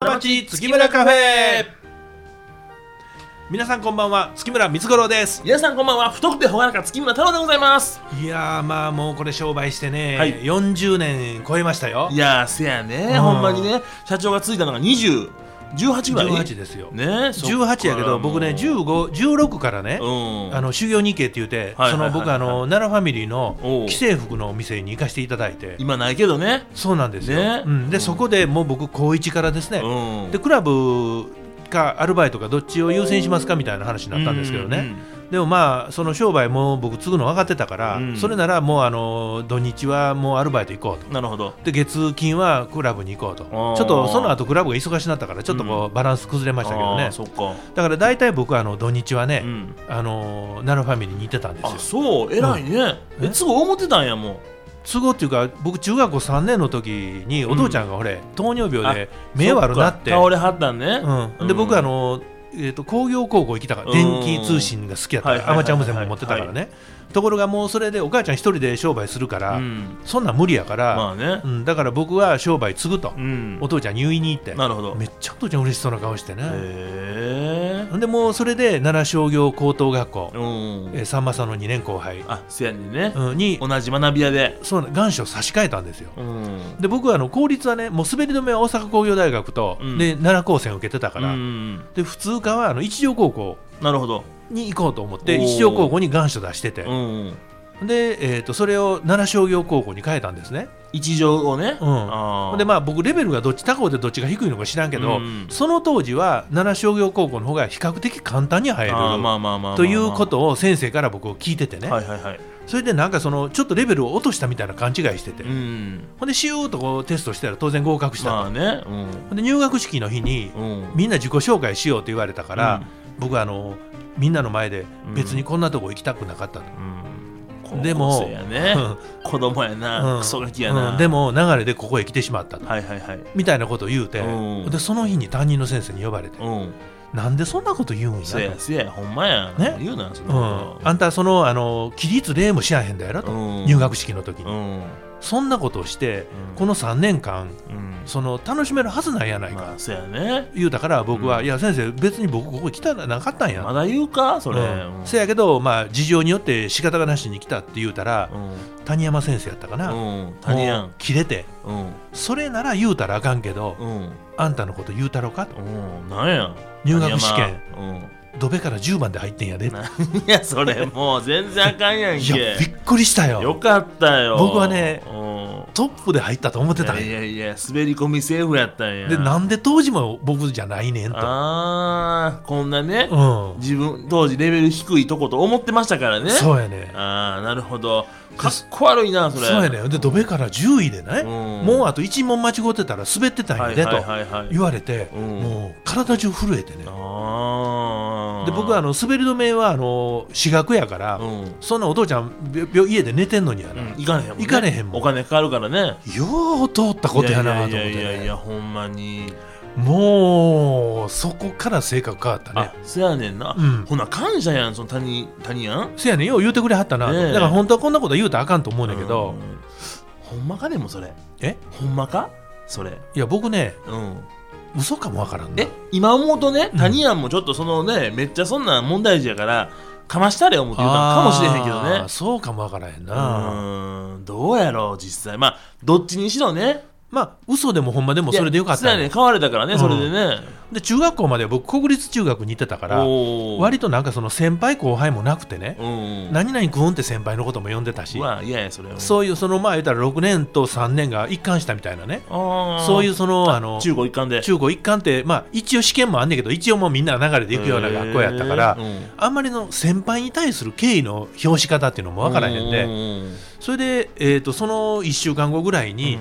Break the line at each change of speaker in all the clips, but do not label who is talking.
町月村カフェ皆さんこんばんは月村光五郎です
皆さんこんばんは太くてほがらか月村太郎でございます
いやーまあもうこれ商売してね、
はい
40年超えましたよ
いやーせやね
うん
ほんまにね社長がついたのが2018ぐらい
18ですよ、
ね
18やけど僕ね1516からね、
うん
あの修行に行けって言って、
はいはいはいはい
その僕あの奈良ファミリーの
おう
既製服のお店に行かせていただいて
今ないけどね
そうなんですよ、
ね
うん、で、
うん
そこでもう僕高1からですね、
うん
でクラブかアルバイトかどっちを優先しますかみたいな話になったんですけどね、でもまあその商売も僕継ぐの分かってたから、
うん
それならもうあの土日はもうアルバイト行こうと
うんなるほど
で月金はクラブに行こうとち
あ
ょ
ー
っとその後クラブが忙しになったからちょっとこうバランス崩れましたけど
あ
ね
ー、そっか
だから大体僕はあの土日はね、
うん
あの奈良ファミリーに行ってたんです
あ
よ
そう偉いね
うん
え
え
すごい思ってたんやも
都合っていうか僕中学校3年の時にお父ちゃんがほれ、糖尿病で
う
目悪なって
そか倒れはったんね
う、
うんん
で僕あの、えー、と工業高校行きたから電気通信が好きやったか
うん
らアマチュア無線も持ってたから
はい
ねところがもうそれでお母ちゃん一人で商売するから、
うん
そんなん無理やから、
まあね
うん、だから僕は商売継ぐと、
うん
お父ちゃん入院に行って
なるほど
めっちゃお父ちゃん嬉しそうな顔してね
へえ
ほんでもうそれで奈良商業高等学校、
うん
えーさんまさんの2年後輩、
あせやにね
うん、に
同じ学び屋で
そうな願書を差し替えたんですよ
うん
で僕はあの公立はねもう滑り止めは大阪工業大学と、
うん
で奈良高専を受けてたから、
うん
で普通科はあの一条高校
なるほど
に行こうと思って
おー
一条高校に願書出してて、
うん
で、えー、とそれを奈良商業高校に変えたんですね
一条をね
うん
あー
でまあ僕レベルがどっち高くてどっちが低いのか知らんけど、
うん
その当時は奈良商業高校の方が比較的簡単に入る
あーまあまあまあまあ
ということを先生から僕聞いててね、
はいはいはい
それでなんかそのちょっとレベルを落としたみたいな勘違いしてて、
うん
ほんでシューッとこうテストしたら当然合格したと、
まあねうん
ほんで入学式の日に
うん
みんな自己紹介しようと言われたから、僕はあのみんなの前で別にこんなとこ行きたくなかったと。
うん
でも
高校生やね
うん
子供や
うん
なクソガキやな
うんでも流れでここへ来てしまったと
はいはいはい
みたいなことを言うて、
うん
でその日に担任の先生に呼ばれて、
うん
なんでそんなこと言うんやと
せやせやほんまや
ね
言うなそん
う
なこ
ん、あんたそのあの起立礼もしやへんだやろ
と
と、
うん
入学式の時
う
に、
ん
そんなことをして、
うん
この3年間
うん
その楽しめるはずなんやないか、
まあせやね
言うたから僕は、
うん
いや先生別に僕ここ来たらなかったんや、
まだ言うかそれ
うん
うん
せやけど、まあ、事情によって仕方がなしに来たって言うたら、
う
谷山先生やったかな、
んうん谷や
もうん切れて
うん
それなら言うたらあかんけど、
うん
あんたのこと言うたろかと
うんなんや
入学試験
谷山うん
ドベから10番で入ってんやで
何やそれもう全然あかんやん
いや
け
びっくりしたよ
よかったよ
僕はね
うん
トップで入ったと思ってたんや
いやいやいや滑り込みセーフやったんや
でなんで当時も僕じゃないねんと、
ああこんなね、
うん、
自分当時レベル低いとこと思ってましたからね
そうやね
ああなるほどかっこ悪いなそ
そう
れ
やねでドベから10位でね、
うん
もうあと1問間違ってたら滑ってたんやでと
はいはいはいはい
言われて、
うん
もう体中震えてね
ああ
で僕はあの滑り止めはあの私学やから、
うん、
そんなお父ちゃんびょ家で寝てんのにや
う
な、
ん、行かれへんもん、ね、
行かれへんもん
お金かかるからね
よう通ったことやなと思っ
い
て、
や
ね、
いやいやいやいやほんまに
もうそこから性格変わったね
あそやねんな、
うん
ほな感謝やんその谷谷やん
せやねんよう言うてくれはったな、
ねえ
だから本当はこんなこと言うたらあかんと思うんだけど、
うんほんまかでもそれ
え
ほんまかそれ
いや僕ね
うん
嘘かもわからんな
え今思うとね
うん
谷やんもちょっとそのねめっちゃそんな問題児やからかましたれ思って言うたんかもしれへんけど
あー
ね
そうかもわからへん
う
な、
ーんどうやろう実際まあどっちにしろね
まあ嘘でもほんまでもそれでよかった
い
ん
やそう
や
やね買われたからね、
うん
それでね
で中学校まで僕国立中学に行ってたから
おー
割となんかその先輩後輩もなくてね、
うん
何々くんって先輩のことも呼んでたし、
うわいやいやそれは
そういうそのまあ言ったら6年と3年が一貫したみたいなね
あー
そういうそのあの
中高一貫で
中高一貫ってまあ一応試験もあんねんけど一応もうみんな流れで行くような学校やったから、
へー
あんまりの先輩に対する敬意の表し方っていうのもわからへんで、
ううん
それで、えー、とその1週間後ぐらいに、
う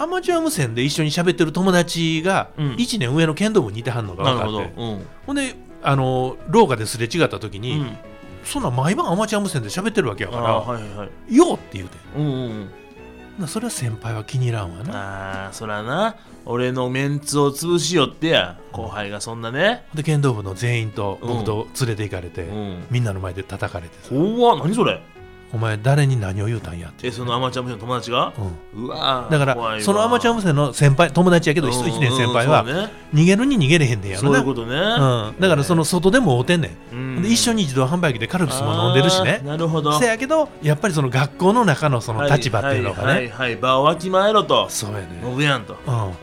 アマチュア無線で一緒に喋ってる友達が
うん
1年上の剣道部にいてはんのが
んな
分
る
か
ほ
っ
ど、
て、
うん
ほんであの廊下ですれ違った時に、
うん
そんなん毎晩アマチュア無線で喋ってるわけやから
あーはいはいはい
「よう」って言うて
うんうんうん
なそれは先輩は気に入らんわな
あーそらな俺のメンツを潰しよってや後輩がそんなね
で剣道部の全員と僕と連れて行かれて、
うん
みんなの前で叩かれてさ
怖っ何それ
お前誰に何を言うたんやって
えそのアマチュア無線の友達が
うん
うわー
だか
怖い
ら
わ
そのアマチュア無線の先輩友達やけど
うんうんうん
1年先輩は
そうね
逃げるに逃げれへんねんやろ
そう
な
いうこと
う
ね、
ん、だからその外でも会うてんね
うん
んで一緒に自動販売機でカルピスも飲んでるしね
あーなるほど
せやけどやっぱりその学校の中のその立場っていうのがね、
はいはいはいはい場をわきまえろと
そうやね
ノブやんと
う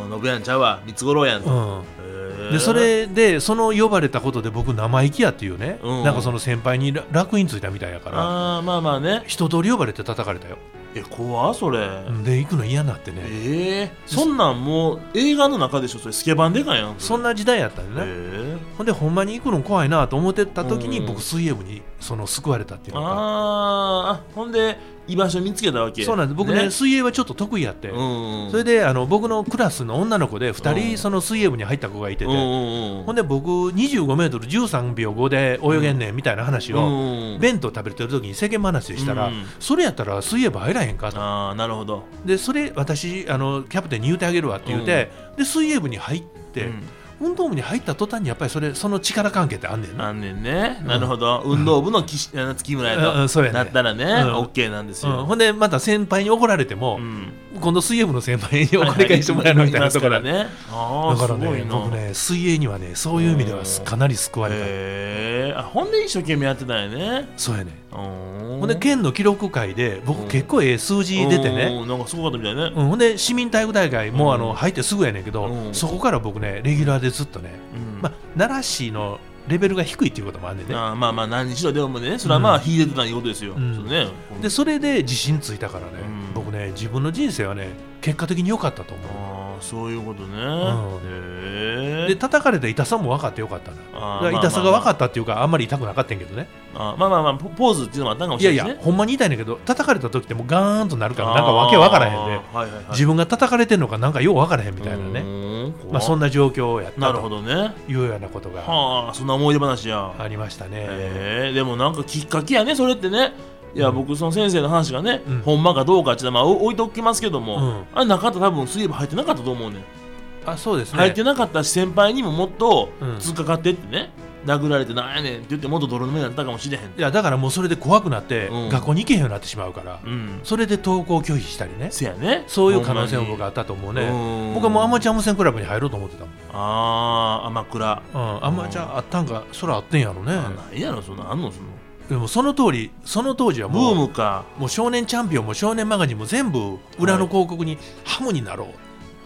うんノブやんちゃうわ三つ五郎やんと、
ん、うん
へー
でそれでその呼ばれたことで僕生意気やっていうね、
うん
なんかその先輩にら楽印ついたみたいやから
あーまあまあね
一通り呼ばれて叩かれたよ
え怖っそれ、
で行くの嫌になってね、
ええそんなんもう映画の中でしょそれスケバンでかいやん
そん
な
な時代やったんでね、
え
ほんでほんまに行くの怖いなと思ってた時に
うん
僕水泳部にその救われたっていうのか
あーあほんで居場所見つけたわけ
そうなんです僕ね水泳はちょっと得意やって、
うん
それ
で
であの僕のクラスの女の子で2
う
人
ん
その水泳部に入った子がいてて、
うんうんうん
ほんで僕2 5ル1 3秒5で泳げんねんみたいな話
うん
を、
うんうん
弁当食べてる時に世間話したら、
うん
それやったら水泳部入らへんかと
ああなるほど
でそれ私あのキャプテンに言うてあげるわって言うて、で水泳部に入って、
うん
運動部に入った途端にやっぱりそれその力関係ってあんねんな。
なんねんねなるほど運動部の岸あの月村
うんう
や
んそうや
と
ね
なったらね
うん
オッケーなんです
うん
よ
ほんでまた先輩に怒られても、今度水泳部の先輩にお金返してもらえるみたいなところ
だ
だ,、ね、
ね
だ
ああ
か
す
ら
ごい
ね
な
僕ね水泳にはねそういう意味ではす
うん
かなり救われた、
へえあほんで一生懸命やってたんやね
そうやね
ほ
ほんで県の記録会で
う
僕
ん
結構ええ数字出てね、
なんかすごかったみたいね
うんほんで市民体育大会もあ
う
の
ん
入ってすぐやねんけど、
うん
そこから僕ねレギュラーでずっとね、
うん
まあ、奈良市のレベルが低いっていうこともあんねんね
ああまあまあ何にしろでもねそれはまあ引いてたいいことですよ、
うん
そうね
でそれで自信ついたからね、
うん
僕ね自分の人生はね結果的に良かったと思う
ああそういうことね、へえ
で叩かれた痛さも分かってよかったな
あ
だか
ー
ら
まあ
痛さが分か
っ
ったっていうかあんまり痛くなかったんやけどね
たまあまあまあポポーズっていうのもあったんかも
い
し
や
れ
い
ないし
や
ね
ほんまに痛いねんだけど叩かれた時ってもうガーンとなるからなんか
あー
わけ分からへんで、
はいはいはい、
自分が叩かれてんのかなんかよう分からへんみたいなね、
ね
まあ、そん
な
な状況をやった
なるほ
と
どね
いうようなことが
はあそんな思い出話や、
ありましたね。
へえでもなんかきっかけやねそれってねいや
うん
僕その先生の話がね、
うん
ほんまかどうかっていうのはまあお置いておきますけども、
うん
あれなかったら多分水泳部入ってなかったと思うねん
あそうですね
入ってなかったし先輩にももっと
うん
突っかかってってね、殴られてなんやねんって言ってもっと泥の目になったかもしれへん
いやだからもうそれで怖くなって
うん
学校に行けへんようになってしまうから、
うん
それで登校拒否したりね
せやね
そういう可能性も僕あ
っ
ったと思う
た
ね僕はもうアマ
チ
チュア無線クラブに入ろうと思ってたもん、
ュアあー甘倉
うん、アマチュアあったんかそらあってんやろね
あないやろそんなんあんのその
でもその通りその当時は
ブ
もう
ームか
もう少年チャンピオンも少年マガジンも全部裏の広告にハムになろう、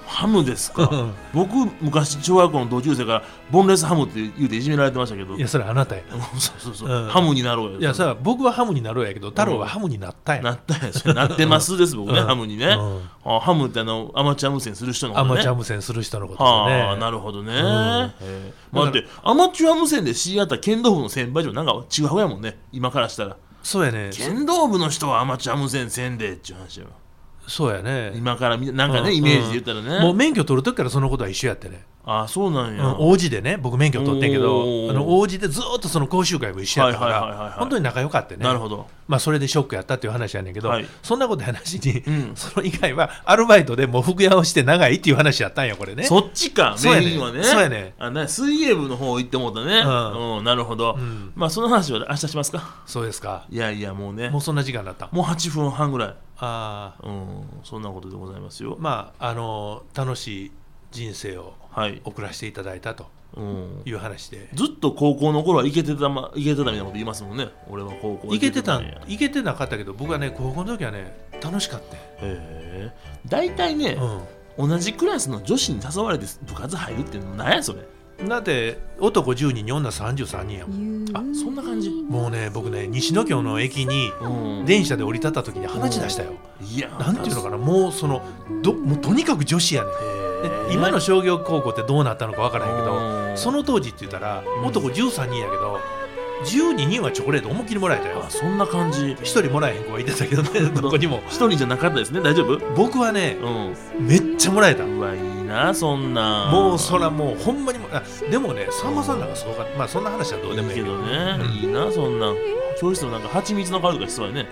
ハムですか僕昔小学校の同級生からボンレスハムって言うていじめられてましたけど
いやそれあなたや
そうそうそう、
うん
ハムになろうよ
いやさ僕はハムになろうやけど太郎はハムになったやん、
なったやつなってますです僕ね、
うん
ハムにね、
うん
あハムってあのアマチュア無線する人のこと
ア
ね
マチュア無線する人のことです
は
よ
あ、
ね
なるほどね。
ん
えー待って、アマチュア無線で知り合った剣道部の先輩じゃなんか違うやもんね、今からしたら。
そうやね
剣道部の人はアマチュア無線せんでっていう話よ。
そうやね
今からみなんかね、
うん
イメージで言ったらね。
もう免許取る時からそのことは一緒やってね、
あそうなん
う
や。
ん、王子でね僕免許取ってんけ
お
ど
ー
あの王子でずーっとその講習会も一緒やったか
はいはいはいはい
ら
はい
本当に仲良かったね
なるほど。
まあ、それでショックやったっていう話やねんけど、
はい
そんなことやなしに、
ん
その以外はアルバイトでもう服屋をして長いっていう話やったんやこれね
そっちか、
そうやね
メインはね。
そうやね
あな水泳部の方行ってもうたね。
うん
うん、なるほど。
うん
まあ、その話は明日しますか。
そうですか
いやいや、もうね。
も
も
うそんな時間だった
う8分半ぐらい。
ああ
うん、そんなことでございますよ。
まああの楽しい人生を
はい。
送らせていただいたと
うん。
いう話で
ずっと高校の頃はイケてたまイケてたみたいなこと言いますもんね俺は高校
いけてた
んや
んいけてなかったけど僕はね高校の時はね楽しかったよ
へえ大体ね、
う
同じクラスの女子に誘われて部活入るってなんやそれ
ん、だって男10人に女33人やもん
あそんな感じ
もうね僕ね西野京の駅に
うん
電車で降り立った時に話し出したよ、
いや
なんていうのかなもうそのどもうとにかく女子やねんで今の商業高校ってどうなったのかわからへんけ
う
ど
ん
その当時って言ったら
ん
男13人やけど12人はチョコレート思いっきりもらえたよ
あそんな感じ
1人もらえへん子はいてたけ どねどこにも
一人じゃなかったですね大丈夫
僕はね
うん
めっちゃもらえた
うわいいなそんな
もうそ
ら
らもうほんまにもあでもねさんまさんなんかそうかまあそんな話はどうで
い
も
い
いい
け
けど
どね、
うん
いいなそんなん教室のなんか蜂蜜の香りとかしそうやね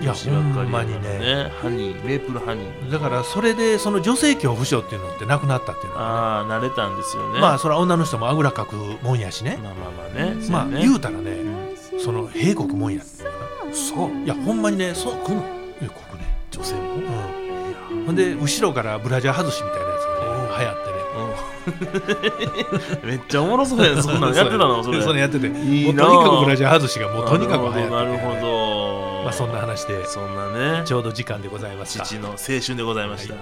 いやほんまに
芝刈りの
ね
ねハニーメープルハニー
だからそれでその女性恐怖症っていうのってなくなったっていうのは
ああ慣れたんですよね
まあそれは女の人もあぐらかくもんやしね
まあまあまあね
まあ
そうね
言うたらねその閉国もんや
そそう
いやほんまにねそう来るのいやここね
女性も、
うん、ほんで後ろからブラジャー外しみたいなやつがね流行ってね
うん めっちゃおもろそ うやんそんなのやってたのそれ
それやってて
いいなあ
もうとにかくブラジャー外しがもうとにかく流行ってて
なるほど
まあそんな話で
そんなね
ちょうど時間でございました
父の青春でございました、
は